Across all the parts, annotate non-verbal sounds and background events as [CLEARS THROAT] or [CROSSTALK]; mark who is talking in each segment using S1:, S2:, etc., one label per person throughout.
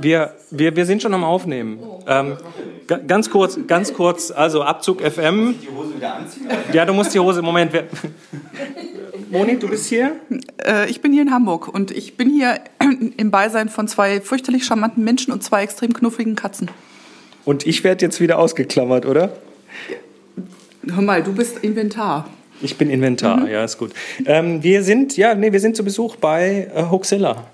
S1: wir, wir, wir sind schon am Aufnehmen. Ähm, ga- ganz kurz, ganz kurz, also Abzug FM.
S2: Die Hose wieder anziehen?
S1: Ja, du musst die Hose, Moment. Wer, [LAUGHS] Moni, du bist hier?
S3: Äh, ich bin hier in Hamburg und ich bin hier [CLEARS THROAT] im Beisein von zwei fürchterlich charmanten Menschen und zwei extrem knuffligen Katzen.
S1: Und ich werde jetzt wieder ausgeklammert, oder?
S3: Hör mal, du bist Inventar.
S1: Ich bin Inventar, ja, ist gut. Ähm, wir sind, ja, nee, wir sind zu Besuch bei äh, Hoaxilla.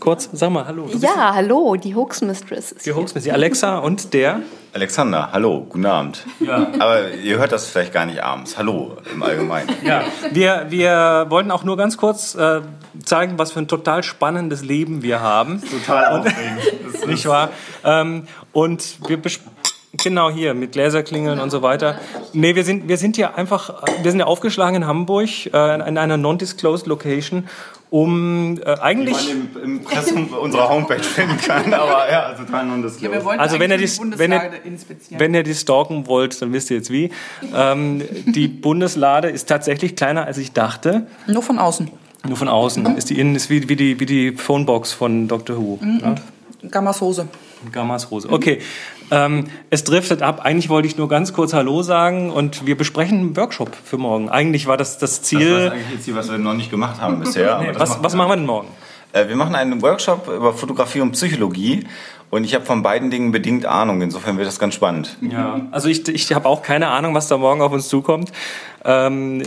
S1: Kurz, sag mal, hallo. Du
S4: Ja, hallo, die Hoax Mistress. ist
S1: Die Hoax mit Alexa und der.
S2: Alexander, hallo, guten Abend. Ja. Aber ihr hört das vielleicht gar nicht abends. Hallo im Allgemeinen.
S1: Ja, wir, wir wollten auch nur ganz kurz äh, zeigen, was für ein total spannendes Leben wir haben.
S2: Total aufregend.
S1: Nicht wahr? Ähm, und wir besp- genau hier mit Gläserklingeln und so weiter. Nee, wir sind wir sind ja einfach äh, wir sind ja aufgeschlagen in Hamburg äh, in einer non-disclosed Location, um äh,
S2: man
S1: eigentlich
S2: im, im Pressum unserer Homepage finden kann, aber ja, also total non
S3: Ja, wir
S2: disclosed.
S3: wollten
S1: Also wenn er
S3: eigentlich
S1: dies-
S3: die
S1: wenn er-
S3: Bundeslage inspizieren.
S1: wenn ihr die stalken wollt, dann wisst ihr jetzt wie. Ähm, die Bundeslade ist tatsächlich kleiner, als ich dachte.
S3: Nur von außen.
S1: Nur von außen. Ist die innen ist wie, wie, die, wie die Phonebox von Doctor Who. ne?
S3: Gammas Hose.
S1: Gammas Hose. Okay. Ähm, es driftet ab. Eigentlich wollte ich nur ganz kurz Hallo sagen und wir besprechen einen Workshop für morgen. Eigentlich war das das
S2: Das war
S1: Ziel.
S2: eigentlich jetzt hier, was wir noch nicht gemacht haben bisher. Aber das
S1: was, was machen wir denn morgen?
S2: Äh, Wir machen einen Workshop über Fotografie und Psychologie und ich habe von beiden Dingen bedingt Ahnung. Insofern wird das ganz spannend.
S1: Ja. Also ich, ich habe auch keine Ahnung, was da morgen auf uns zukommt. Ähm,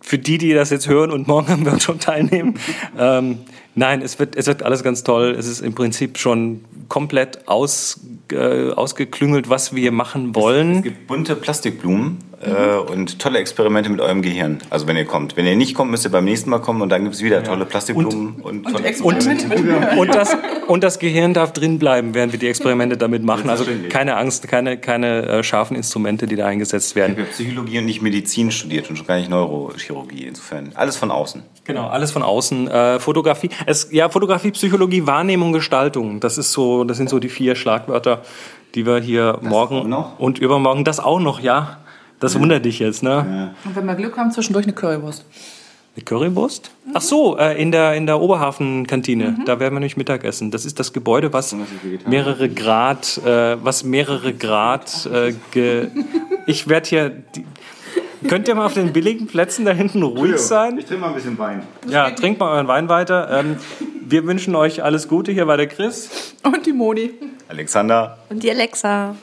S1: für die, die das jetzt hören und morgen am Workshop
S2: [LAUGHS]
S1: teilnehmen. Ähm, nein, es wird, es wird alles ganz toll. Es ist im Prinzip schon komplett aus, äh, ausgeklüngelt, was wir machen wollen.
S2: Es gibt bunte Plastikblumen äh, und tolle Experimente mit eurem Gehirn. Also wenn ihr kommt. Wenn ihr nicht kommt, müsst ihr beim nächsten Mal kommen und dann gibt es wieder tolle Plastikblumen und, tolle
S3: Experimente mit
S1: Und das, und das Gehirn darf drin bleiben, während wir die Experimente damit machen. Also
S2: Selbstverständlich.
S1: keine Angst, keine, keine äh, scharfen Instrumente, die da eingesetzt
S2: Ich
S1: werden.
S2: habe Psychologie und nicht Medizin studiert und schon gar nicht Neurochirurgie. Insofern alles von außen.
S1: Genau, alles von außen. Äh, Fotografie, es, ja, Fotografie, Psychologie, Wahrnehmung, Gestaltung. Das ist so, das sind so die vier Schlagwörter, die wir hier morgen
S2: auch noch?
S1: und übermorgen. Das auch noch, ja. Das wundert dich jetzt, ne?
S3: Und wenn wir Glück haben, zwischendurch eine Currywurst.
S1: Eine Currywurst? Ach so, äh, in der, in der Oberhafen-Kantine. Da werden wir nämlich Mittag essen. Das ist das Gebäude, was mehrere Grad, äh, was mehrere Grad, äh, ge ich werde hier, die, könnt ihr mal auf den billigen Plätzen da hinten ruhig sein?
S2: trinke mal ein bisschen Wein.
S1: Ja, trinkt mal euren Wein weiter. Ähm, wir wünschen euch alles Gute. Hier war der Chris.
S3: Und die Moni.
S2: Alexander.
S4: die- Und die Alexa.